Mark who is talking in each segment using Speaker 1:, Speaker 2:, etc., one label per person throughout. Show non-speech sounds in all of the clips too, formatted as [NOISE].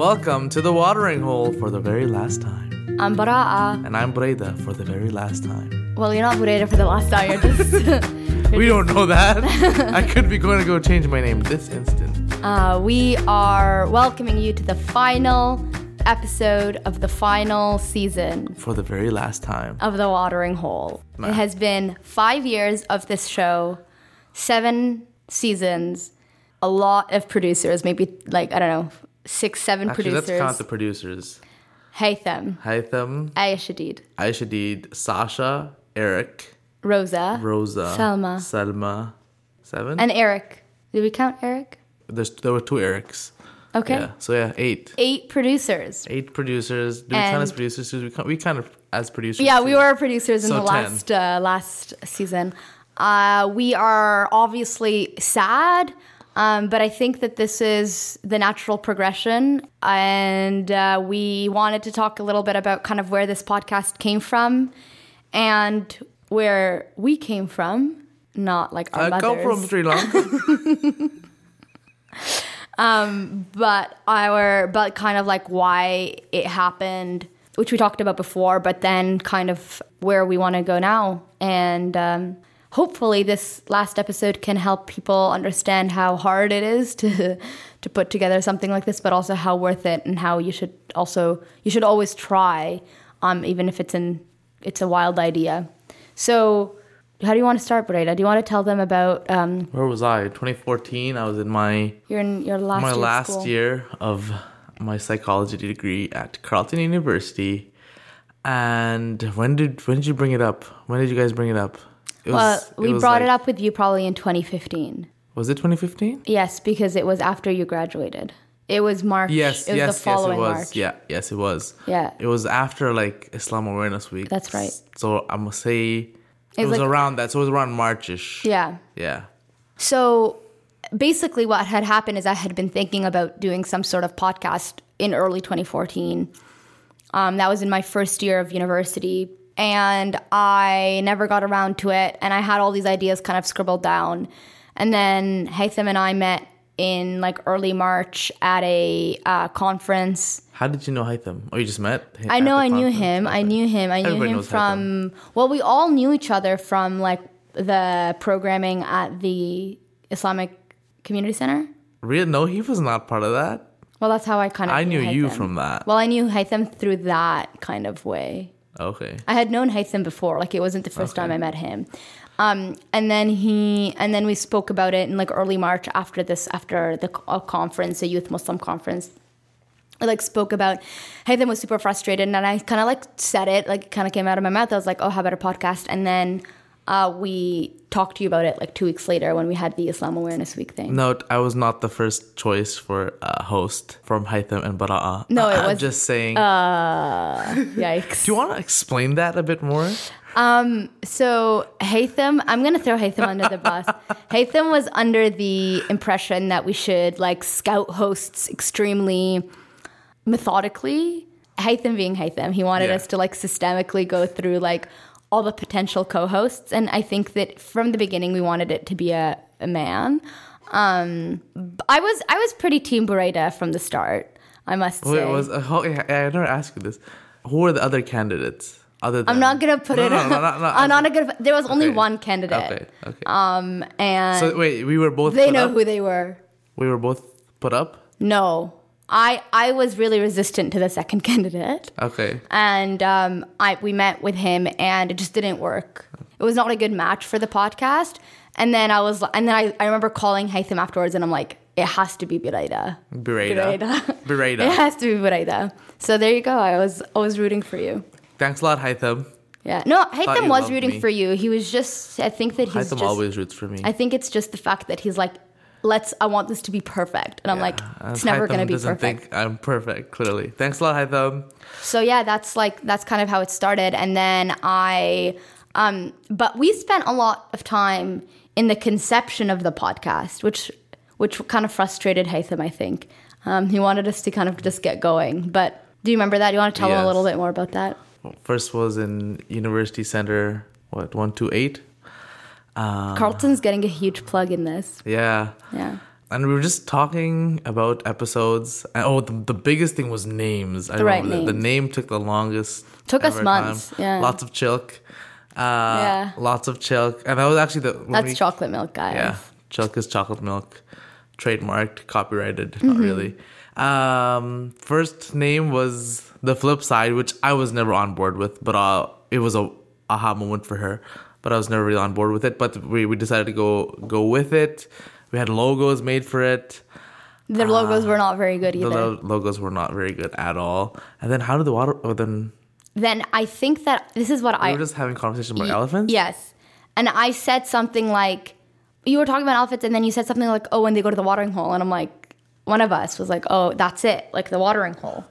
Speaker 1: Welcome to the watering hole for the very last time.
Speaker 2: I'm Bara'a.
Speaker 1: And I'm Breda for the very last time.
Speaker 2: uh, Well, you're not Bureda for the last time. You're
Speaker 1: [LAUGHS]
Speaker 2: just.
Speaker 1: We don't know
Speaker 2: [LAUGHS]
Speaker 1: that. I could be going to go change my name this instant.
Speaker 2: uh, we are welcoming you to the final episode of the final season
Speaker 1: For the very last time.
Speaker 2: of The Watering Hole.
Speaker 1: Wow.
Speaker 2: It has been five years of this show, seven seasons, a lot of producers, maybe like, I don't know, six, seven
Speaker 1: Actually, let's count the
Speaker 2: producers.
Speaker 1: producers.
Speaker 2: Haytham,
Speaker 1: Haitham,
Speaker 2: Aya Shadid,
Speaker 1: Aisha Deed, Sasha, Eric,
Speaker 2: Rosa,
Speaker 1: Rosa,
Speaker 2: Salma.
Speaker 1: Selma. Seven?
Speaker 2: and Eric. Did we count Eric?
Speaker 1: There's, there were two Erics.
Speaker 2: Okay.
Speaker 1: Yeah. So yeah, eight.
Speaker 2: Eight producers.
Speaker 1: Eight producers. Do we count as
Speaker 2: And-
Speaker 1: producers? 'Cause We kind, we kind of as producers.
Speaker 2: Yeah,
Speaker 1: too.
Speaker 2: we were producers in
Speaker 1: So 10.
Speaker 2: the last uh, last season. Uh, we are obviously sad, um, but I think that this is the natural progression, and uh, we wanted to talk a little bit about kind of where this podcast came from, and where we came from, not like our
Speaker 1: I come
Speaker 2: mothers,
Speaker 1: Uh, from Sri
Speaker 2: [LAUGHS]
Speaker 1: Lanka.
Speaker 2: but our but kind of like why it happened. Which we talked about before, but then kind of where we want to go now. And um, hopefully, this last episode can help people understand how hard it is to [LAUGHS] to put together something like this, but also how worth it and how you should also you should always try, um, even if it's an it's a wild idea. So, how do you want to start, Breda? Do you want to tell them about um,
Speaker 1: Where was I? 2014. I was in my
Speaker 2: your your last
Speaker 1: my
Speaker 2: year of
Speaker 1: last
Speaker 2: school?
Speaker 1: year of my psychology degree at Carleton University. And when did when did you bring it up? When did you guys bring it up? It
Speaker 2: Well, we
Speaker 1: was
Speaker 2: brought it
Speaker 1: like-
Speaker 2: up with you probably in 2015.
Speaker 1: Was it 2015?
Speaker 2: Yes, because it was after you graduated. It was March.
Speaker 1: Yes,
Speaker 2: it
Speaker 1: yes,
Speaker 2: was the
Speaker 1: yes, it
Speaker 2: following
Speaker 1: was.
Speaker 2: March.
Speaker 1: Yeah, yes, it was.
Speaker 2: Yeah.
Speaker 1: It was after like Islam Awareness Week.
Speaker 2: That's right.
Speaker 1: So I must say it
Speaker 2: It's
Speaker 1: was
Speaker 2: like-
Speaker 1: around that. So it was around Marchish.
Speaker 2: Yeah.
Speaker 1: Yeah.
Speaker 2: So basically, what had happened is I had been thinking about doing some sort of podcast in early 2014. Um, that was in my first year of university. And I never got around to it. And I had all these ideas kind of scribbled down. And then Haytham and I met in like early March at a uh, conference.
Speaker 1: How did you know Haitham? Oh, you just met?
Speaker 2: I
Speaker 1: at
Speaker 2: know
Speaker 1: the
Speaker 2: I knew
Speaker 1: conference?
Speaker 2: him. I
Speaker 1: Okay.
Speaker 2: knew him. I knew
Speaker 1: Everybody
Speaker 2: him
Speaker 1: knows Haitham.
Speaker 2: from well, we all knew each other from like the programming at the Islamic Community Center.
Speaker 1: Really? No, he was not part of that.
Speaker 2: Well, that's how I kind of
Speaker 1: I knew you
Speaker 2: Haitham.
Speaker 1: from that.
Speaker 2: Well, I knew Haitham through that kind of way.
Speaker 1: Okay.
Speaker 2: I had known Haitham before. Like it wasn't the first time I met him. Um, and then he and then we spoke about it in like early March after this after the co- a conference, a youth Muslim conference. I like spoke about Haitham was super frustrated, and then I kind of like said it, like kind of came out of my mouth. I was like, "Oh, how about a podcast?" And then uh, we talked to you about it like two weeks later when we had the Islam Awareness Week thing.
Speaker 1: Note, I was not the first choice for a host from Haitham and Bara'a.
Speaker 2: No, it
Speaker 1: I'm
Speaker 2: was- uh,
Speaker 1: just saying.
Speaker 2: Yikes!
Speaker 1: do you want to explain that a bit more?
Speaker 2: So Haytham, I'm gonna throw Haytham under the
Speaker 1: [LAUGHS]
Speaker 2: bus. Haytham was under the impression that we should like scout hosts extremely methodically. Haytham being Haytham, he wanted
Speaker 1: Yeah.
Speaker 2: us to like systemically go through like all the potential co-hosts, and I think that from the beginning we wanted it to be a, a man. Um, b- I was I was pretty team Bureda from the start. I must
Speaker 1: Wait,
Speaker 2: say.
Speaker 1: was uh, ho- I, I never asked you this. Who were the other candidates? Other than
Speaker 2: I'm not gonna put
Speaker 1: No,
Speaker 2: it.
Speaker 1: No, no, no, no.
Speaker 2: [LAUGHS] I'm not gonna. There was only
Speaker 1: Okay.
Speaker 2: one candidate, Um,
Speaker 1: Okay, okay.
Speaker 2: and
Speaker 1: so wait, we were both.
Speaker 2: they
Speaker 1: put
Speaker 2: know
Speaker 1: up?
Speaker 2: who they were.
Speaker 1: we were both put up.
Speaker 2: No, I I was really resistant to the second [LAUGHS] candidate,
Speaker 1: Okay.
Speaker 2: and um, I we met with him, and it just didn't work. It was not a good match for the podcast. And then I was, and then I, I remember calling Haytham afterwards, and I'm like, it has to be Biraida.
Speaker 1: Bereda.
Speaker 2: [LAUGHS] Bereda.
Speaker 1: [LAUGHS]
Speaker 2: It
Speaker 1: Bereda.
Speaker 2: has to be Biraida. So there you go. I was always rooting for you.
Speaker 1: Thanks a lot, Haitham.
Speaker 2: Yeah. No,
Speaker 1: you
Speaker 2: Haytham was
Speaker 1: loved
Speaker 2: rooting
Speaker 1: me.
Speaker 2: for you. He was just. I think that he's
Speaker 1: Haitham
Speaker 2: just.
Speaker 1: always roots for me.
Speaker 2: I think it's just the fact that he's like, let's. I want this to be perfect, and I'm like,
Speaker 1: Uh,
Speaker 2: it's never
Speaker 1: Haitham
Speaker 2: going to be
Speaker 1: doesn't
Speaker 2: perfect.
Speaker 1: Think I'm perfect. Clearly. Thanks a lot, Haitham.
Speaker 2: so yeah that's like that's kind of how it started and then i um but we spent a lot of time in the conception of the podcast which which kind of frustrated Haytham, i think um, he wanted us to kind of just get going but do you remember that you want to tell him
Speaker 1: Yes.
Speaker 2: a little bit more about that
Speaker 1: First was in University Center. What one two eight? Uh.
Speaker 2: carlton's getting a huge plug in this
Speaker 1: Yeah.
Speaker 2: yeah
Speaker 1: and we were just talking about episodes. And, oh, the, the biggest thing was names. I
Speaker 2: The right
Speaker 1: remember that. The name took the longest.
Speaker 2: Took us
Speaker 1: ever
Speaker 2: months, yeah.
Speaker 1: Lots of chilk. Uh,
Speaker 2: Yeah.
Speaker 1: Lots of chilk, and that was actually the when
Speaker 2: That's
Speaker 1: we-
Speaker 2: chocolate milk, guys.
Speaker 1: Yeah, chilk is chocolate milk, trademarked, copyrighted.
Speaker 2: Mm-hmm.
Speaker 1: Not really. Um, first name was the flip side, which I was never on board with, but uh, it was a aha moment for her. But I was never really on board with it. But we, we decided to go go with it. We had logos made for it.
Speaker 2: The logos were not very good
Speaker 1: Ah. The
Speaker 2: either.
Speaker 1: lo- logos were not very good at all. And then how did the water? Oh, then
Speaker 2: then I think that this is what
Speaker 1: we
Speaker 2: I
Speaker 1: were just having conversation about
Speaker 2: Y-
Speaker 1: elephants.
Speaker 2: Yes. And I said something like, you were talking about elephants, and then you said something like, oh, when they go to the watering hole. And I'm like, one of us was like, oh, that's it, like the watering hole.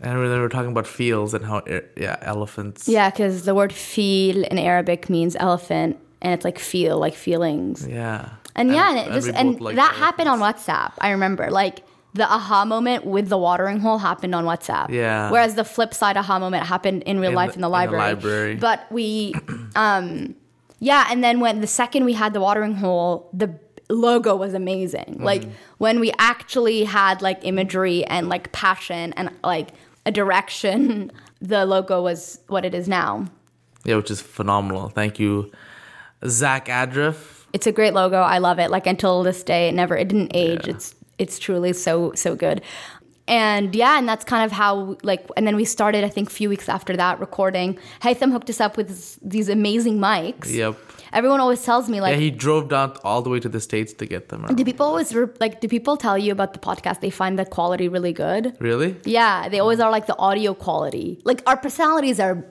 Speaker 1: And we- then we were talking about fields and how e- yeah elephants.
Speaker 2: Yeah, because the word feel in Arabic means elephant, and it's like feel, like feelings.
Speaker 1: Yeah.
Speaker 2: And yeah, and, it just,
Speaker 1: we
Speaker 2: and
Speaker 1: both liked
Speaker 2: that happened
Speaker 1: elephants.
Speaker 2: on WhatsApp, I remember. Like, the aha moment with the watering hole happened on WhatsApp.
Speaker 1: Yeah.
Speaker 2: Whereas the flip side aha moment happened in real
Speaker 1: In
Speaker 2: life
Speaker 1: the-
Speaker 2: in the
Speaker 1: in the
Speaker 2: library.
Speaker 1: library.
Speaker 2: But we, um, yeah, and then when the second we had the watering hole, the logo was amazing. Like when we actually had like imagery and like passion and like a direction, [LAUGHS] the logo was what it is now.
Speaker 1: Yeah, which is phenomenal. Thank you, Zach Adriff.
Speaker 2: It's a great logo. I love it. Like until this day, it never it didn't age. It's it's truly so so good. And yeah, and that's kind of how like and then we started I think a few weeks after that recording. Haytham hooked us up with s- these amazing mics.
Speaker 1: Yep.
Speaker 2: Everyone always tells me like
Speaker 1: Yeah, he drove down all the way to the states to get them.
Speaker 2: do people always re- like do people tell you about the podcast they find the quality really good?
Speaker 1: Really?
Speaker 2: Yeah, they
Speaker 1: Mm.
Speaker 2: always are like the audio quality. Like our personalities are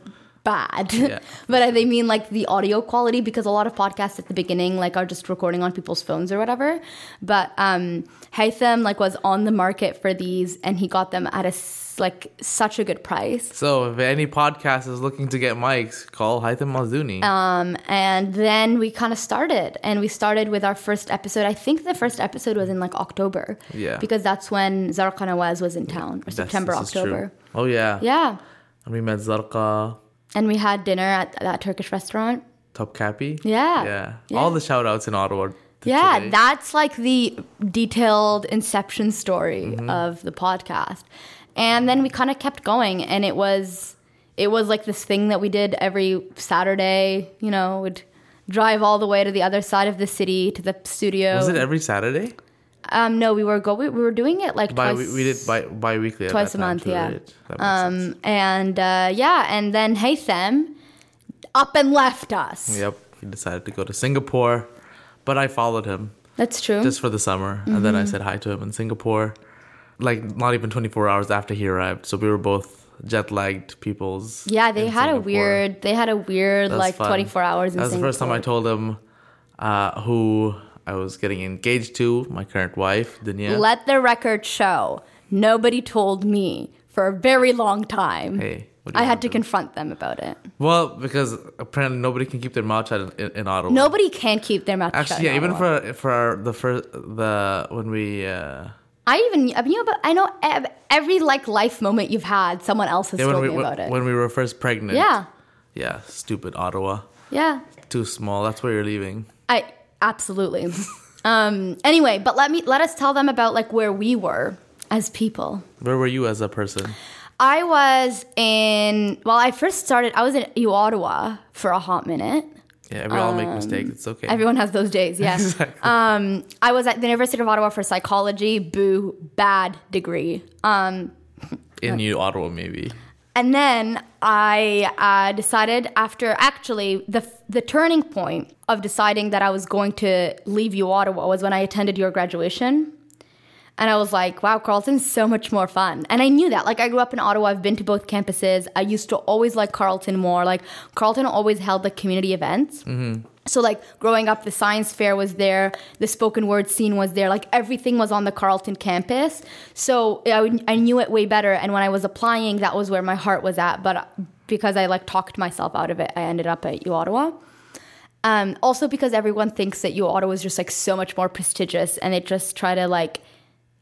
Speaker 2: bad,
Speaker 1: Yeah.
Speaker 2: [LAUGHS] but I- they mean like the audio quality because a lot of podcasts at the beginning like are just recording on people's phones or whatever. But um Haytham like was on the market for these and he got them at a s- like such a good price.
Speaker 1: So, if any podcast is looking to get mics, call Haitham Mazuni.
Speaker 2: Um, and then we kind of started, and we started with our first episode. I think the first episode was in like October,
Speaker 1: Yeah.
Speaker 2: because that's when Zara Nawaz was in town, or
Speaker 1: Yes,
Speaker 2: September,
Speaker 1: this is true.
Speaker 2: October.
Speaker 1: Oh yeah.
Speaker 2: Yeah,
Speaker 1: And we met Zarqa,
Speaker 2: and we had dinner at that Turkish restaurant.
Speaker 1: Topkapi.
Speaker 2: Yeah.
Speaker 1: Yeah.
Speaker 2: Yeah.
Speaker 1: All the shout outs in Ottawa. to
Speaker 2: Yeah,
Speaker 1: today.
Speaker 2: that's like the detailed inception story
Speaker 1: Mm-hmm.
Speaker 2: of the podcast. And then we kind of kept going and it was it was like this thing that we did every Saturday, you know, would drive all the way to the other side of the city to the studio.
Speaker 1: was it every Saturday?
Speaker 2: um no, we were go we, we were doing it like
Speaker 1: Bi-
Speaker 2: twice
Speaker 1: we, we did bi- bi-weekly at
Speaker 2: twice
Speaker 1: that
Speaker 2: a
Speaker 1: time,
Speaker 2: month,
Speaker 1: too,
Speaker 2: yeah.
Speaker 1: right? That makes sense.
Speaker 2: um and uh yeah, and then Hey Them up and left us.
Speaker 1: Yep. He decided to go to Singapore, but I followed him.
Speaker 2: That's true.
Speaker 1: just for the summer. And then I
Speaker 2: Mm-hmm.
Speaker 1: said hi to him in Singapore, like not even 24 hours after he arrived. So we were both jet lagged peoples.
Speaker 2: yeah, they
Speaker 1: in
Speaker 2: had a
Speaker 1: Singapore.
Speaker 2: weird they had a weird
Speaker 1: That was
Speaker 2: like
Speaker 1: fun.
Speaker 2: 24 hours in
Speaker 1: That was the first time I told
Speaker 2: Singapore.
Speaker 1: him uh, who I was getting engaged to, my current wife, Dunya.
Speaker 2: Let the record show nobody told me for a very long time.
Speaker 1: hey, what do
Speaker 2: I
Speaker 1: you
Speaker 2: had
Speaker 1: want
Speaker 2: to
Speaker 1: do?
Speaker 2: confront them about it.
Speaker 1: Well, because apparently nobody can keep their mouth shut in, in Ottawa.
Speaker 2: Nobody can keep their mouth shut.
Speaker 1: Actually, yeah,
Speaker 2: in
Speaker 1: even
Speaker 2: Ottawa.
Speaker 1: for for our, the first the when we uh,
Speaker 2: I even I mean, you know, but I know ev- every like life moment you've had, someone else has
Speaker 1: yeah, when
Speaker 2: told
Speaker 1: we
Speaker 2: me
Speaker 1: when,
Speaker 2: about it.
Speaker 1: when we were first pregnant.
Speaker 2: yeah,
Speaker 1: Yeah, stupid Ottawa.
Speaker 2: yeah,
Speaker 1: Too small. That's where you're leaving.
Speaker 2: I absolutely. [LAUGHS] um. Anyway, but let me let us tell them about like where we were as people.
Speaker 1: Where were you as a person?
Speaker 2: I was in well, I first started. I was in Ottawa for a hot minute.
Speaker 1: Yeah, we all make mistakes. It's okay. [LAUGHS]
Speaker 2: Um, Everyone has those days, yeah.
Speaker 1: Exactly.
Speaker 2: Um, I was at the University of Ottawa for psychology. Boo, bad degree. Um,
Speaker 1: in New Ottawa,
Speaker 2: [LAUGHS]
Speaker 1: maybe.
Speaker 2: and then I uh, decided after actually the the turning point of deciding that I was going to leave you Ottawa was when I attended your graduation. And I was like, wow, Carleton's so much more fun. And I knew that. Like, I grew up in Ottawa. I've been to both campuses. I used to always like Carleton more. Like, Carleton always held the community events. So, like, growing up, the science fair was there, the spoken word scene was there, like, everything was on the Carleton campus. So, I, would- I knew it way better. And when I was applying, that was where my heart was at. But uh, because I, like, talked myself out of it, I ended up at U Ottawa. Um, also, because everyone thinks that U Ottawa is just, like, so much more prestigious and they just try to, like,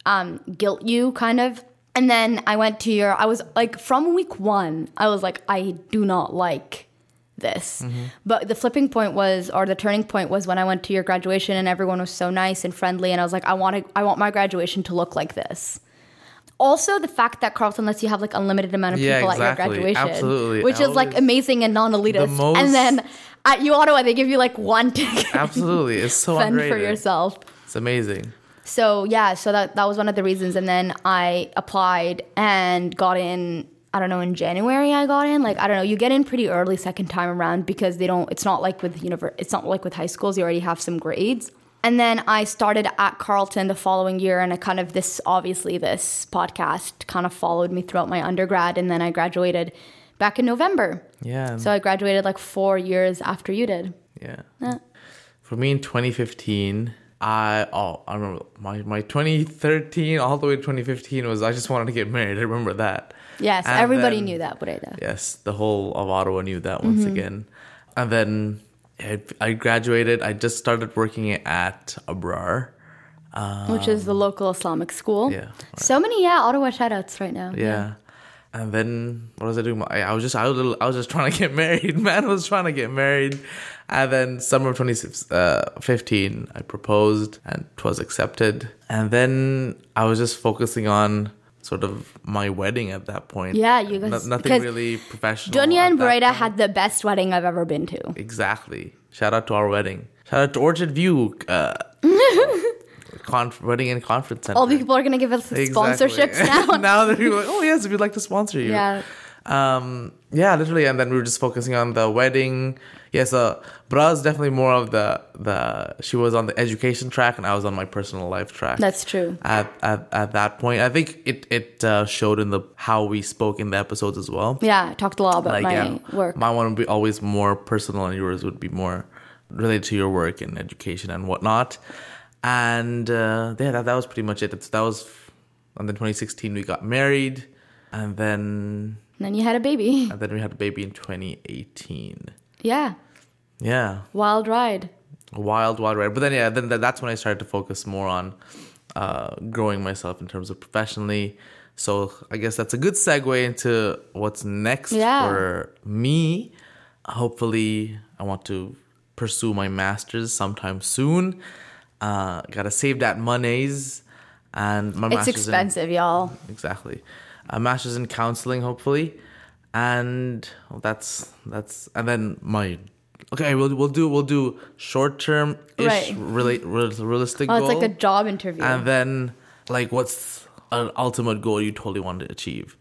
Speaker 2: um, guilt you kind of. And then I went to your, I was like, from week one, I was like, I do not like this.
Speaker 1: Mm-hmm.
Speaker 2: But the flipping point was, or the turning point was when I went to your graduation and everyone was so nice and friendly. And I was like, I want to, I want my graduation to look like this. Also, the fact that Carlton lets you have like unlimited amount of
Speaker 1: Yeah,
Speaker 2: people at your
Speaker 1: exactly.
Speaker 2: graduation,
Speaker 1: Absolutely.
Speaker 2: which
Speaker 1: I
Speaker 2: is like
Speaker 1: always-
Speaker 2: amazing and non-elitist.
Speaker 1: most-
Speaker 2: and then at U Ottawa, they give you like one [LAUGHS] ticket
Speaker 1: Absolutely, it's so
Speaker 2: fend
Speaker 1: underrated.
Speaker 2: for yourself.
Speaker 1: It's amazing.
Speaker 2: So yeah, so that that was one of the reasons. And then I applied and got in. I don't know. In January, I got in. Like I don't know. You get in pretty early second time around because they don't. It's not like with univer- It's not like with high schools. You already have some grades. And then I started at Carleton the following year, and I kind of this obviously this podcast kind of followed me throughout my undergrad, and then I graduated back in November.
Speaker 1: Yeah.
Speaker 2: So I graduated like four years after you did.
Speaker 1: Yeah. For me in 2015, I oh I remember my my 2013 all the way to 2015 was I just wanted to get married. I remember that.
Speaker 2: Yes,
Speaker 1: And
Speaker 2: everybody
Speaker 1: then-
Speaker 2: knew that, Mm-hmm. but I did.
Speaker 1: Yes, the whole of Ottawa knew that once again, and then I, I graduated. I just started working at Abrar.
Speaker 2: which is the local Islamic school.
Speaker 1: Um, Yeah, right.
Speaker 2: So many, yeah, Ottawa shoutouts right now.
Speaker 1: Yeah. And then what was I doing? I, I was just I was I was just [LAUGHS] trying to get married. Man I was trying to get married, and then summer of 2015, I proposed and it was accepted. And then I was just focusing on sort of my wedding at that point.
Speaker 2: Yeah, you guys-
Speaker 1: No- nothing
Speaker 2: because
Speaker 1: really professional.
Speaker 2: Dunya
Speaker 1: at
Speaker 2: and
Speaker 1: Oh, that
Speaker 2: Breda had the best wedding I've ever been to.
Speaker 1: Exactly. Shout out to our wedding. Shout out to Orchard View,
Speaker 2: [LAUGHS]
Speaker 1: uh, conf- wedding and conference center.
Speaker 2: All the people are gonna give us
Speaker 1: Exactly. [LAUGHS]
Speaker 2: sponsorships now.
Speaker 1: now that people are like, oh yes, we'd like to sponsor you.
Speaker 2: Yeah.
Speaker 1: Um. Yeah, literally, and then we were just focusing on the wedding. Yes, uh, Bra's definitely more of the the. She was on the education track, and I was on my personal life track.
Speaker 2: That's true.
Speaker 1: At at, at that point, I think it it uh, showed in the how we spoke in the episodes as well.
Speaker 2: Yeah, I talked a lot about my work.
Speaker 1: My one would be always more personal, and yours would be more related to your work and education and whatnot. And uh, yeah, that, that was pretty much it. That's- That was and then 2016 we got married, and then
Speaker 2: and then you had a baby. [LAUGHS]
Speaker 1: and then we had a baby in 2018.
Speaker 2: Yeah,
Speaker 1: Yeah,
Speaker 2: wild ride.
Speaker 1: wild, wild ride. But then yeah, then th- that's when I started to focus more on uh, growing myself in terms of professionally. So I guess that's a good segue into what's next
Speaker 2: Yeah.
Speaker 1: for me. Hopefully, I want to pursue my master's sometime soon. Uh, gotta save that monies, and my
Speaker 2: It's
Speaker 1: master's in-
Speaker 2: expensive, y'all.
Speaker 1: exactly. A master's in counseling, hopefully, and well, that's that's and then my okay. We'll we'll do we'll do short term ish
Speaker 2: Right.
Speaker 1: really realistic
Speaker 2: Oh,
Speaker 1: goal,
Speaker 2: it's like a job interview.
Speaker 1: and then like what's an ultimate goal you totally want to achieve.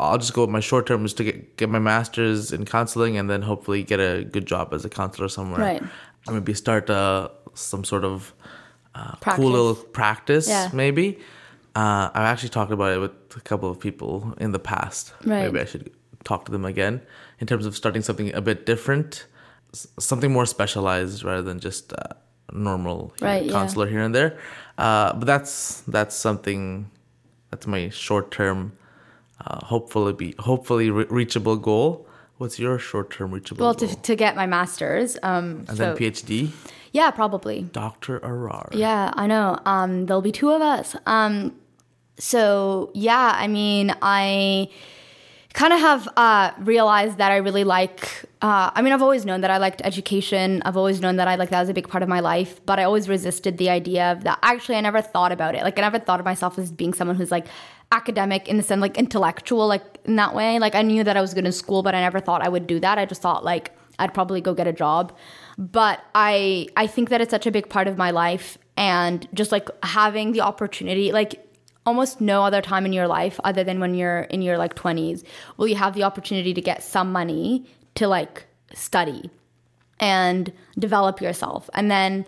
Speaker 1: I'll just go with my short term is to get get my master's in counseling and then hopefully get a good job as a counselor somewhere.
Speaker 2: Right.
Speaker 1: And maybe start uh, some sort of uh,
Speaker 2: Practice.
Speaker 1: cool little practice
Speaker 2: Yeah.
Speaker 1: maybe. Uh, I've actually talked about it with a couple of people in the past.
Speaker 2: Right.
Speaker 1: Maybe I should talk to them again in terms of starting something a bit different, s- something more specialized rather than just uh, normal here-
Speaker 2: Right, yeah.
Speaker 1: counselor here and there. Uh, but that's that's something that's my short term, uh, hopefully be hopefully re- reachable goal. What's your short term reachable
Speaker 2: well,
Speaker 1: goal?
Speaker 2: to, to get my master's. Um,
Speaker 1: and
Speaker 2: so-
Speaker 1: then PhD,
Speaker 2: yeah, probably.
Speaker 1: Doctor Arar.
Speaker 2: Yeah, I know. Um, there'll be two of us. Um, so yeah, I mean, I kind of have uh, realized that I really like. Uh, I mean, I've always known that I liked education. I've always known that I like that was a big part of my life, but I always resisted the idea of that. Actually, I never thought about it. Like, I never thought of myself as being someone who's like academic in the sense, like intellectual, like in that way. Like, I knew that I was good in school, but I never thought I would do that. I just thought like I'd probably go get a job. But I I think that it's such a big part of my life, and just like having the opportunity, like almost no other time in your life other than when you're in your like 20s will you have the opportunity to get some money to like study and develop yourself and then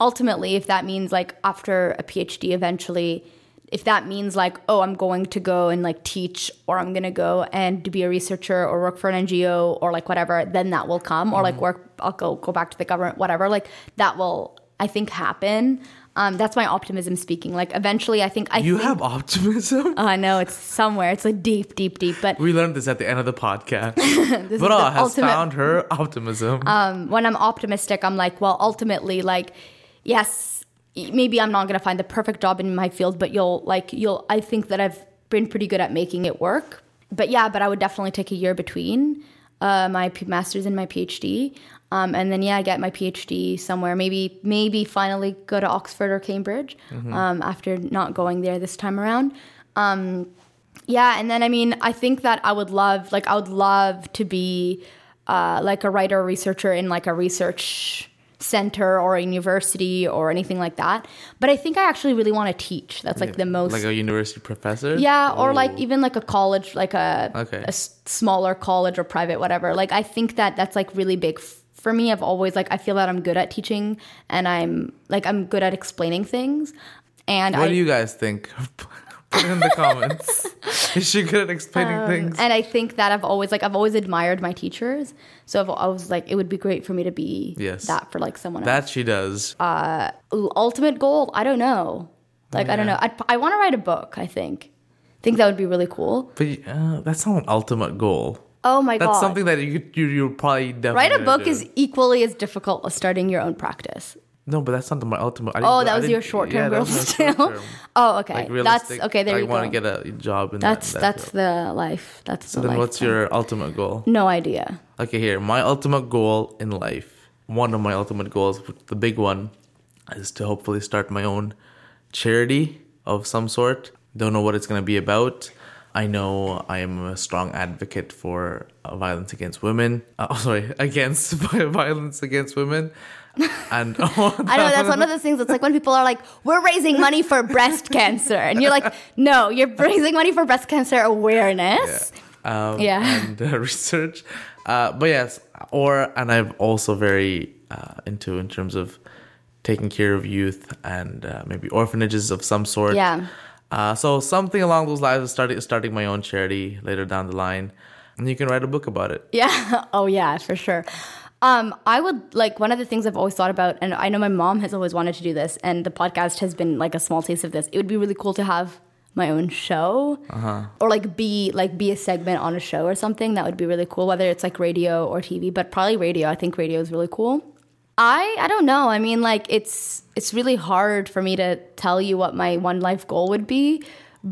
Speaker 2: ultimately if that means like after a phd eventually if that means like oh i'm going to go and like teach or i'm going to go and be a researcher or work for an ngo or like whatever then that will come or like work i'll go go back to the government whatever like that will i think happen um, that's my optimism speaking like eventually i think i
Speaker 1: You
Speaker 2: think-
Speaker 1: have
Speaker 2: [LAUGHS]
Speaker 1: optimism.
Speaker 2: I know it's somewhere. It's like deep, deep, deep. But
Speaker 1: We learned this at the end of the podcast.
Speaker 2: [LAUGHS] this is
Speaker 1: Bra
Speaker 2: the
Speaker 1: has
Speaker 2: ultimate.
Speaker 1: found her optimism.
Speaker 2: um, when I'm optimistic, I'm like, well, ultimately, like, yes, y- maybe I'm not gonna find the perfect job in my field, but you'll like, you'll. I think that I've been pretty good at making it work. But yeah, but I would definitely take a year between. uh, my P- master's and my PhD. Um, and then yeah, I get my PhD somewhere. Maybe maybe finally go to Oxford or Cambridge
Speaker 1: Mm-hmm.
Speaker 2: um, after not going there this time around. Um, yeah, and then I mean, I think that I would love like I would love to be uh, like a writer or researcher in like a research center or a university or anything like that. But I think I actually really want to teach. That's like the most
Speaker 1: like a university professor.
Speaker 2: yeah, or
Speaker 1: Ooh.
Speaker 2: like even like a college, like a,
Speaker 1: Okay.
Speaker 2: a s- smaller college or private, whatever. Like I think that that's like really big f- for me. I've always like I feel that I'm good at teaching, and I'm like I'm good at explaining things. And
Speaker 1: What
Speaker 2: I
Speaker 1: do you guys think? [LAUGHS] Put it in the
Speaker 2: [LAUGHS]
Speaker 1: comments. Is she good at explaining things?
Speaker 2: Uh, and I think that I've always like I've always admired my teachers. So I've, I was like, it would be great for me to be
Speaker 1: Yes.
Speaker 2: that for like someone else.
Speaker 1: That she does.
Speaker 2: L- Ultimate goal? I don't know. Like I don't
Speaker 1: Yeah.
Speaker 2: know. I'd, I want to write a book. I think. think that would be really cool.
Speaker 1: but uh, that's not an ultimate goal.
Speaker 2: Oh my
Speaker 1: That's
Speaker 2: god!
Speaker 1: something that you could, you you probably definitely
Speaker 2: Write a
Speaker 1: gonna
Speaker 2: book
Speaker 1: do.
Speaker 2: is equally as difficult as starting your own practice.
Speaker 1: no, but that's not my ultimate. I didn't-
Speaker 2: Oh,
Speaker 1: I
Speaker 2: that was
Speaker 1: didn't-
Speaker 2: your short
Speaker 1: yeah,
Speaker 2: term
Speaker 1: that
Speaker 2: goal
Speaker 1: was my
Speaker 2: still.
Speaker 1: short-term.
Speaker 2: [LAUGHS] Oh, okay.
Speaker 1: Like
Speaker 2: That's
Speaker 1: realistic.
Speaker 2: okay. There
Speaker 1: I
Speaker 2: you go.
Speaker 1: want to get a job in
Speaker 2: that's
Speaker 1: that. that
Speaker 2: that's
Speaker 1: field.
Speaker 2: the life. That's the
Speaker 1: Then
Speaker 2: life.
Speaker 1: what's
Speaker 2: thing.
Speaker 1: your ultimate goal?
Speaker 2: no idea?
Speaker 1: Okay, here. My ultimate goal in life, one of my ultimate goals, the big one, is to hopefully start my own charity of some sort. Don't know what it's going to be about. I know I am a strong advocate for uh, violence against women. Uh, [LAUGHS] oh, sorry, against violence against women. And [LAUGHS] oh,
Speaker 2: I know that's one of those things. It's like when people are like, "We're raising money for breast cancer," and you're like, "No, you're raising money for breast cancer awareness."
Speaker 1: um,
Speaker 2: Yeah.
Speaker 1: [LAUGHS] and uh, research. Uh, but yes, or and I'm also very uh, into in terms of taking care of youth and uh, maybe orphanages of some sort.
Speaker 2: Yeah.
Speaker 1: Uh, so something along those lines. Starting starting my own charity later down the line, and you can write a book about it.
Speaker 2: [LAUGHS] Yeah. Oh, yeah, for sure. Um, I would like one of the things I've always thought about, and I know my mom has always wanted to do this, and the podcast has been like a small taste of this. It would be really cool to have my own show, or like be like be a segment on a show or something. That would be really cool, whether it's like radio or TV, but probably radio. I think radio is really cool. I I don't know. I mean, like it's it's really hard for me to tell you what my one life goal would be,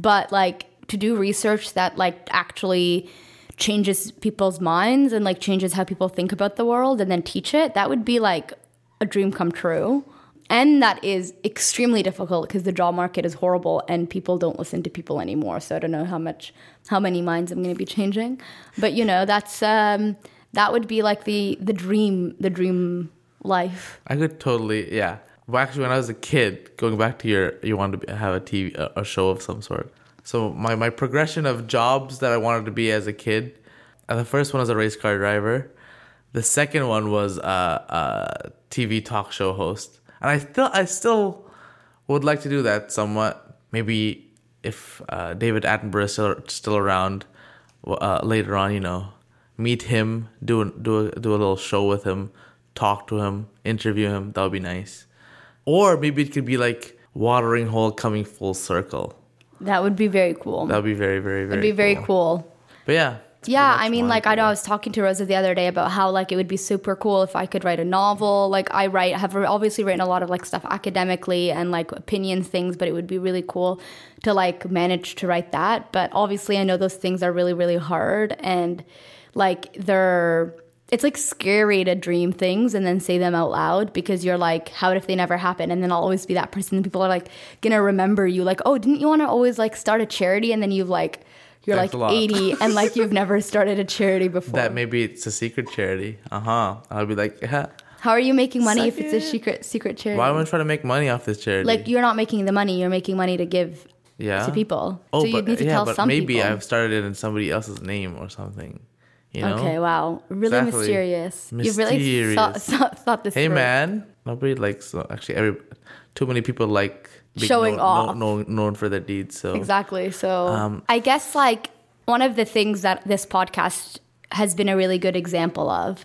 Speaker 2: but like to do research that like actually changes people's minds and like changes how people think about the world and then teach it, that would be like a dream come true. And that is extremely difficult because the job market is horrible and people don't listen to people anymore. So I don't know how much, how many minds I'm going to be changing, but you know that's um, that would be like the the dream, the dream life.
Speaker 1: I could totally yeah. Well, actually, when I was a kid, going back to your, you wanted to be, have a TV a- a show of some sort. So my my progression of jobs that I wanted to be as a kid, uh, the first one was a race car driver, the second one was a, a TV talk show host, and I still I still would like to do that somewhat. Maybe if uh, David Attenborough is still still around w- uh, later on, you know, meet him, do a, do a, do a little show with him, talk to him, interview him. That would be nice. Or maybe it could be like watering hole coming full circle.
Speaker 2: That would be very cool.
Speaker 1: That would be very very very.
Speaker 2: would be very
Speaker 1: cool.
Speaker 2: cool.
Speaker 1: But yeah. it's pretty
Speaker 2: Yeah,
Speaker 1: much
Speaker 2: I mean,
Speaker 1: mine.
Speaker 2: like I know I was talking to Rosa the other day about how like it would be super cool if I could write a novel. Like I write, have obviously written a lot of like stuff academically and like opinions things, but it would be really cool to like manage to write that. But obviously, I know those things are really really hard and like they're it's like scary to dream things and then say them out loud because you're like, how if they never happen? And then I'll always be that person. And people are like gonna remember you, like, oh, didn't you want to always like start a charity? And then you've like. You're
Speaker 1: Thanks a
Speaker 2: like
Speaker 1: lot.
Speaker 2: 80 and like you've never started a charity before.
Speaker 1: that. Maybe it's a secret charity. Uh huh. I'll be like, [LAUGHS] yeah.
Speaker 2: How are you making money if
Speaker 1: Suck
Speaker 2: it's a
Speaker 1: it.
Speaker 2: secret secret charity?
Speaker 1: Why am I trying to make money off this charity?
Speaker 2: like you're not making the money, you're making money to give
Speaker 1: yeah.
Speaker 2: to people.
Speaker 1: Oh,
Speaker 2: so you
Speaker 1: but,
Speaker 2: need to
Speaker 1: yeah,
Speaker 2: tell
Speaker 1: but
Speaker 2: some
Speaker 1: maybe
Speaker 2: people.
Speaker 1: I've started it in somebody else's name or something. You know?
Speaker 2: Okay, wow. Really
Speaker 1: Exactly.
Speaker 2: mysterious. You've really thought,
Speaker 1: Mysterious.
Speaker 2: thought, thought this
Speaker 1: Hey
Speaker 2: through.
Speaker 1: man, nobody likes actually every too many people like being
Speaker 2: Showing
Speaker 1: known,
Speaker 2: off.
Speaker 1: known, known, known for their deeds. So
Speaker 2: Exactly. So
Speaker 1: Um,
Speaker 2: I guess like one of the things that this podcast has been a really good example of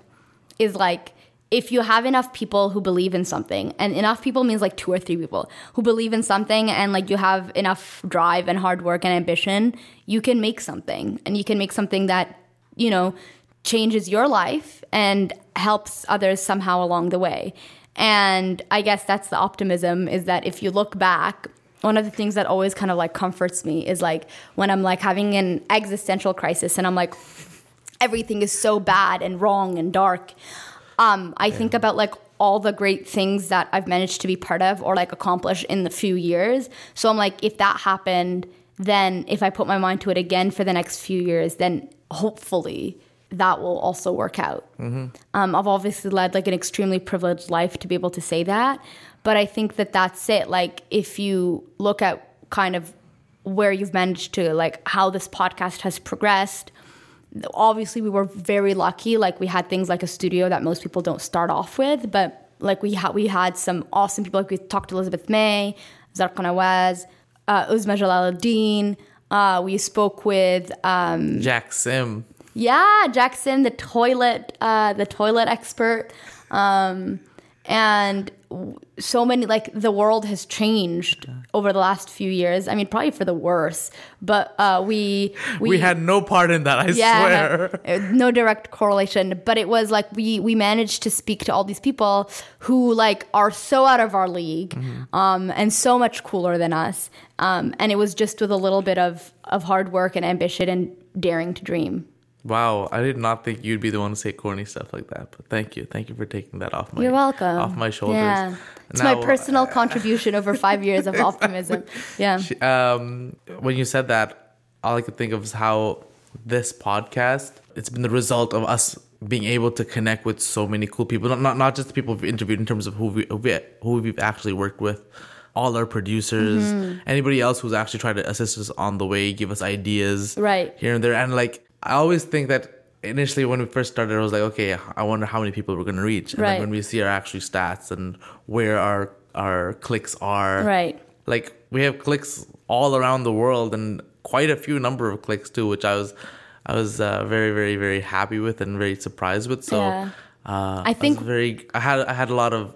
Speaker 2: is like if you have enough people who believe in something, and enough people means like two or three people who believe in something, and like you have enough drive and hard work and ambition, you can make something, and you can make something that you know changes your life and helps others somehow along the way. And I guess that's the optimism is that if you look back, one of the things that always kind of like comforts me is like when I'm like having an existential crisis and I'm like, everything is so bad and wrong and dark. Um, I think about like all the great things that I've managed to be part of or like accomplish in the few years. So I'm like, if that happened, then if I put my mind to it again for the next few years, then hopefully that will also work out. Um, I've obviously led like an extremely privileged life to be able to say that. But I think that that's it. Like, if you look at kind of where you've managed to, like, how this podcast has progressed, obviously we were very lucky like we had things like a studio that most people don't start off with but like we had we had some awesome people like we talked to elizabeth may zark nawaz uh, uzma jalaluddin uh, we spoke with uh,
Speaker 1: Jack Sim.
Speaker 2: yeah, Jackson, the toilet, uh, the toilet expert, um, and w- so many. Like the world has changed over the last few years. I mean, probably for the worse. But uh, we, we
Speaker 1: We had no part in that, I swear.
Speaker 2: uh, no direct correlation, but it was like we we managed to speak to all these people who like are so out of our league,
Speaker 1: Mm-hmm.
Speaker 2: um, and so much cooler than us. Um, and it was just with a little bit of of hard work and ambition and daring to dream.
Speaker 1: Wow, I did not think you'd be the one to say corny stuff like that. But thank you, thank you for taking that off my
Speaker 2: You're welcome.
Speaker 1: off my shoulders.
Speaker 2: Yeah. It's my
Speaker 1: Now, uh,
Speaker 2: personal contribution over five years
Speaker 1: [LAUGHS]
Speaker 2: of optimism. Yeah.
Speaker 1: um, when you said that, all I could think of is how this podcast it's been the result of us being able to connect with so many cool people. Not not, not just the people we've interviewed in terms of who we who we- who we've actually worked with. All our producers,
Speaker 2: Mm-hmm.
Speaker 1: anybody else who's actually tried to assist us on the way, give us ideas
Speaker 2: Right.
Speaker 1: here and there. And like I always think that initially when we first started, I was like, okay, I wonder how many people we're gonna reach. And
Speaker 2: Right.
Speaker 1: then when we see our actual stats and where our our clicks are,
Speaker 2: Right.
Speaker 1: like we have clicks all around the world and quite a few number of clicks too which i was i was uh, very very very happy with and very surprised with so
Speaker 2: Yeah.
Speaker 1: uh,
Speaker 2: I think-
Speaker 1: was very i had i had a lot of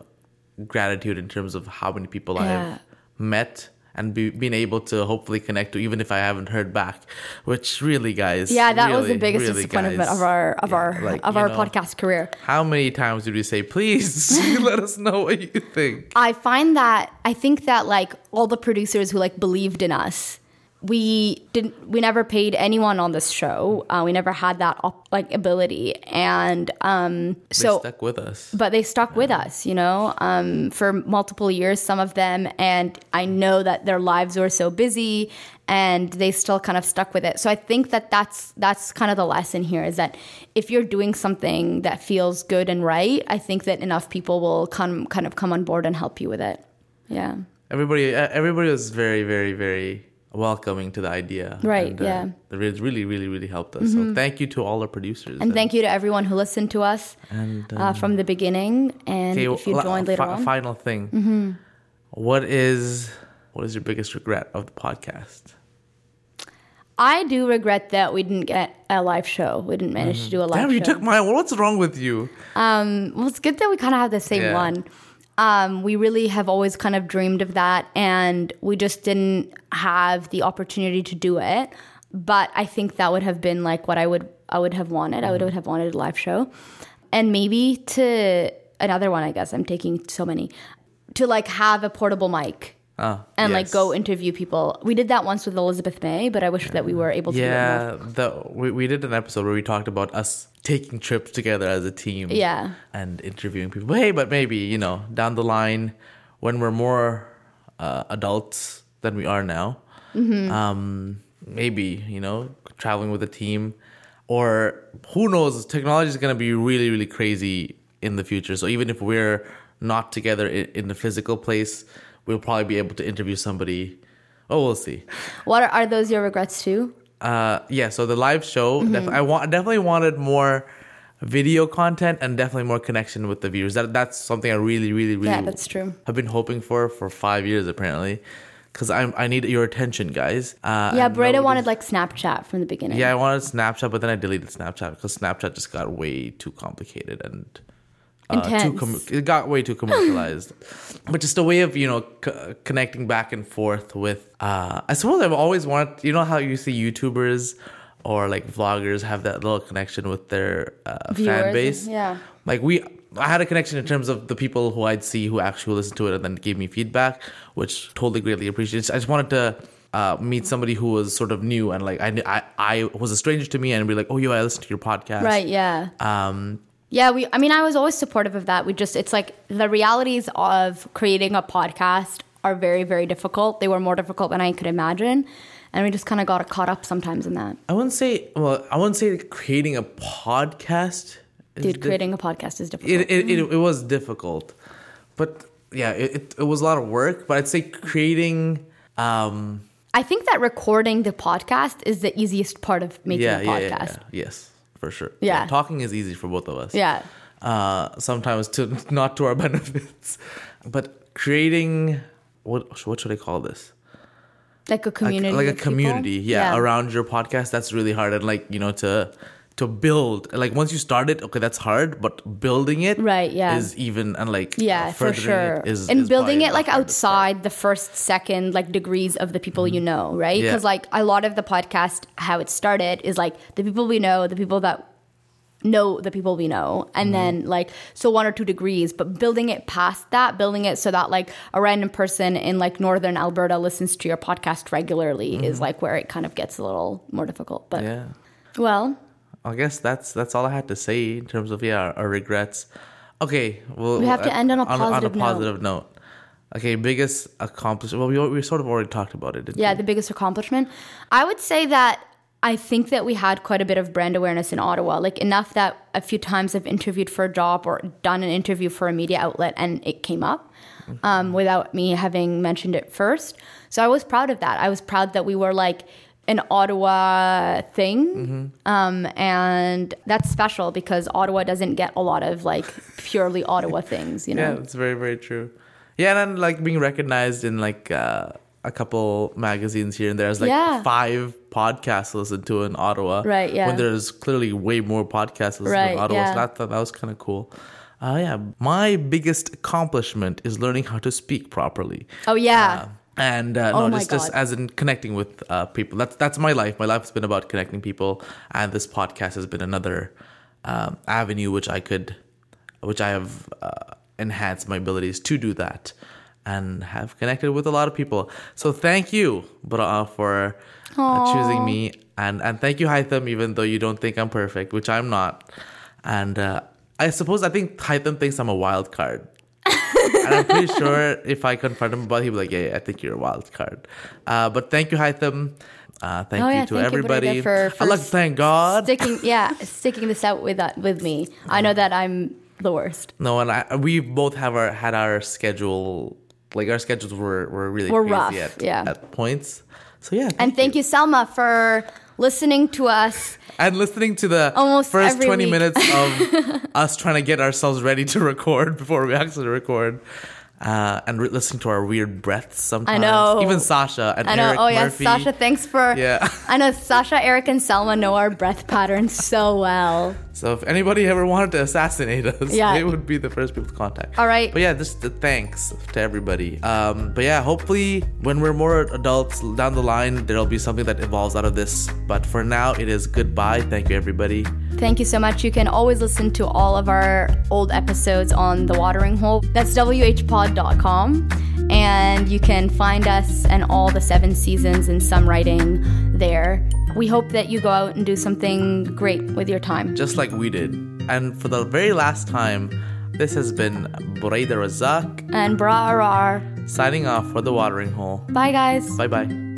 Speaker 1: gratitude in terms of how many people i
Speaker 2: Yeah.
Speaker 1: have met and be, been able to hopefully connect to even if i haven't heard back which really guys
Speaker 2: Yeah, that was the
Speaker 1: really,
Speaker 2: biggest
Speaker 1: really,
Speaker 2: disappointment
Speaker 1: guys,
Speaker 2: of our of
Speaker 1: yeah,
Speaker 2: our
Speaker 1: like,
Speaker 2: of
Speaker 1: you
Speaker 2: our
Speaker 1: know,
Speaker 2: podcast career.
Speaker 1: how many times did we say please [LAUGHS] let us know what you think
Speaker 2: I find that I think that like all the producers who like believed in us, we didn't we never paid anyone on this show. Uh, we never had that op- like ability, and um,
Speaker 1: they
Speaker 2: so
Speaker 1: stuck with us
Speaker 2: but they stuck with us, you know, um, for multiple years, some of them. And I know that their lives were so busy and they still kind of stuck with it. So I think that that's, that's kind of the lesson here is that if you're doing something that feels good and right, I think that enough people will come, kind of come on board and help you with it. Yeah.
Speaker 1: everybody uh, everybody was very very very welcoming to the idea
Speaker 2: Right,
Speaker 1: And, uh,
Speaker 2: yeah. Mm-hmm.
Speaker 1: it really really really really helped us so thank you to all our producers
Speaker 2: And thank you to everyone who listened to us
Speaker 1: and,
Speaker 2: uh, from the beginning. And
Speaker 1: okay,
Speaker 2: if you
Speaker 1: la- uh,
Speaker 2: joined later
Speaker 1: fi-
Speaker 2: on, Mm-hmm.
Speaker 1: final thing What is what is your biggest regret of the podcast
Speaker 2: I do regret that we didn't get a live show. We didn't manage to do a live
Speaker 1: Mm-hmm. damn
Speaker 2: show.
Speaker 1: you took mine what's wrong with you
Speaker 2: Um, well, it's good that we kind of have the same
Speaker 1: Yeah.
Speaker 2: one. Um, we really have always kind of dreamed of that, and we just didn't have the opportunity to do it. But I think that would have been like what I would I would have wanted. I would
Speaker 1: Mm-hmm.
Speaker 2: have wanted a live show, and maybe to another one. I guess I'm taking so many to like have a portable mic
Speaker 1: Ah,
Speaker 2: and like
Speaker 1: yes.
Speaker 2: go interview people. We did that once with Elizabeth May, but I wish that we were able to. do it more.
Speaker 1: yeah the we, we did an episode where we talked about us taking trips together as a team
Speaker 2: Yeah.
Speaker 1: and interviewing people hey but maybe you know down the line when we're more uh, adults than we are now
Speaker 2: Mm-hmm.
Speaker 1: um, maybe you know traveling with a team or who knows technology is going to be really really crazy in the future so even if we're not together in, in the physical place we'll probably be able to interview somebody oh we'll see
Speaker 2: What are, are those your regrets too?
Speaker 1: uh yeah so the live show
Speaker 2: Mm-hmm.
Speaker 1: def- i want definitely wanted more video content and definitely more connection with the viewers that that's something i really really really
Speaker 2: Yeah, that's true.
Speaker 1: have been hoping for for five years apparently because i'm i need your attention guys uh
Speaker 2: Yeah,
Speaker 1: and
Speaker 2: Breda
Speaker 1: nobody-
Speaker 2: wanted like Snapchat from the beginning.
Speaker 1: yeah i wanted snapchat but then i deleted snapchat because snapchat just got way too complicated and uh, too
Speaker 2: Intense.
Speaker 1: com- it got way too
Speaker 2: [LAUGHS]
Speaker 1: commercialized but just a way of you know c- connecting back and forth with uh i suppose i've always wanted you know how you see youtubers or like vloggers have that little connection with their uh, fan
Speaker 2: Viewers,
Speaker 1: base
Speaker 2: yeah.
Speaker 1: like we i had a connection in terms of the people who i'd see who actually listened to it and then gave me feedback which totally greatly appreciated i just wanted to uh, meet somebody who was sort of new and like I, kn- I I was a stranger to me and be like, oh yo, I listened to your podcast.
Speaker 2: Right, yeah.
Speaker 1: Um,
Speaker 2: Yeah, we I mean I was always supportive of that. We just it's like the realities of creating a podcast are very very difficult. They were more difficult than I could imagine, and we just kind of got caught up sometimes in that.
Speaker 1: I wouldn't say well, I wouldn't say creating a podcast. is
Speaker 2: Dude,
Speaker 1: di-
Speaker 2: creating a podcast is difficult.
Speaker 1: it it, it, it was difficult, but yeah, it, it it was a lot of work. But I'd say creating um
Speaker 2: I think that recording the podcast is the easiest part of making
Speaker 1: yeah
Speaker 2: a
Speaker 1: yeah,
Speaker 2: podcast.
Speaker 1: yeah yeah yes for sure
Speaker 2: Yeah.
Speaker 1: talking is easy for both of us
Speaker 2: Yeah.
Speaker 1: uh, sometimes to [LAUGHS] not to our benefits, but creating what what should I call this?
Speaker 2: Like a community.
Speaker 1: like a
Speaker 2: of people.
Speaker 1: community, yeah, around your podcast. That's really hard, and like you know to to build like once you start it, okay, that's hard, but building it
Speaker 2: Right, yeah.
Speaker 1: is even and like
Speaker 2: Yeah,
Speaker 1: uh,
Speaker 2: for
Speaker 1: furthering it
Speaker 2: sure.
Speaker 1: is,
Speaker 2: and
Speaker 1: is
Speaker 2: building
Speaker 1: probably
Speaker 2: it like
Speaker 1: the hardest part. Mm-hmm.
Speaker 2: outside the first, second, like degrees of the people you know, right?
Speaker 1: Yeah.
Speaker 2: Because like a lot of the podcast, how it started is like the people we know, the people that know the people we know, and
Speaker 1: Mm-hmm.
Speaker 2: then like so one or two degrees, but building it past that, building it so that like a random person in like northern Alberta listens to your podcast regularly is like where it kind of gets a little more difficult. But
Speaker 1: Mm-hmm. Yeah,
Speaker 2: well,
Speaker 1: I guess that's that's all I had to say in terms of yeah our, our regrets. Okay, well
Speaker 2: We have to
Speaker 1: uh,
Speaker 2: end on a positive
Speaker 1: on a
Speaker 2: note.
Speaker 1: positive note. Okay, biggest accomplishment. Well, we al- we sort of already talked about it. didn't
Speaker 2: Yeah,
Speaker 1: we?
Speaker 2: the biggest accomplishment. I would say that I think that we had quite a bit of brand awareness in Ottawa, like enough that a few times I've interviewed for a job or done an interview for a media outlet and it came up um, without me having mentioned it first. So I was proud of that. I was proud that we were like an Ottawa thing. Um, and that's special because Ottawa doesn't get a lot of like purely Ottawa things, you know?
Speaker 1: Yeah, it's very very true. Yeah, and then like being recognized in like uh, a couple magazines here and there as like
Speaker 2: Yeah.
Speaker 1: five podcasts listened to in Ottawa.
Speaker 2: Right, yeah.
Speaker 1: When there's clearly way more podcasts listened to
Speaker 2: Right,
Speaker 1: in Ottawa.
Speaker 2: yeah.
Speaker 1: So that, that, that was kind of cool. Uh, yeah, my biggest accomplishment is learning how to speak properly.
Speaker 2: Oh, yeah.
Speaker 1: Um, and uh,
Speaker 2: Oh
Speaker 1: no,
Speaker 2: my
Speaker 1: just, just
Speaker 2: God.
Speaker 1: as in connecting with uh, people. That's that's my life. My life has been about connecting people, and this podcast has been another um, avenue which I could, which I have uh, enhanced my abilities to do that, and have connected with a lot of people. So thank you, Bra'a, for uh, choosing me, and and thank you, Haitham, even though you don't think I'm perfect, which I'm not, and. Uh, I suppose I think Haitham thinks I'm a wild card and I'm pretty sure if I confront him about it, he'd be like, yeah, yeah, I think you're a wild card. Uh, but thank you, Haitham. Uh, thank
Speaker 2: Oh,
Speaker 1: you
Speaker 2: yeah,
Speaker 1: to
Speaker 2: thank you, Buddha,
Speaker 1: everybody.
Speaker 2: for- for
Speaker 1: I'd like to thank God.
Speaker 2: Sticking, yeah, sticking this out with that, with me. I know that I'm the worst.
Speaker 1: no, and I, we both have our had our schedule, like our schedules were, were really
Speaker 2: Were
Speaker 1: crazy
Speaker 2: rough,
Speaker 1: at,
Speaker 2: yeah.
Speaker 1: at points. So yeah,
Speaker 2: And thank you, Selma, for listening to us.
Speaker 1: and listening to the
Speaker 2: Almost
Speaker 1: first
Speaker 2: every
Speaker 1: 20
Speaker 2: week.
Speaker 1: minutes
Speaker 2: [LAUGHS]
Speaker 1: of us trying to get ourselves ready to record before we actually record. Uh, and re- listen to our weird breaths sometimes.
Speaker 2: know.
Speaker 1: Even Sasha and
Speaker 2: I know.
Speaker 1: Eric
Speaker 2: oh yeah,
Speaker 1: Murphy.
Speaker 2: Sasha, thanks for.
Speaker 1: Yeah.
Speaker 2: I know Sasha, Eric, and Selma know our breath patterns so well.
Speaker 1: So if anybody ever wanted to assassinate us, [LAUGHS]
Speaker 2: Yeah.
Speaker 1: they would be the first people to contact.
Speaker 2: All right.
Speaker 1: But yeah, just the thanks to everybody. Um, but yeah, hopefully when we're more adults down the line, there'll be something that evolves out of this. But for now, it is goodbye. Thank you, everybody.
Speaker 2: Thank you so much. You can always listen to all of our old episodes on The Watering Hole. That's whpod.com. And you can find us and all the seven seasons and some writing there. We hope that you go out and do something great with your time.
Speaker 1: Just like we did. And for the very last time, this has been Buraida Razak
Speaker 2: And bra arar.
Speaker 1: signing off for the watering hole.
Speaker 2: Bye, guys.
Speaker 1: Bye bye.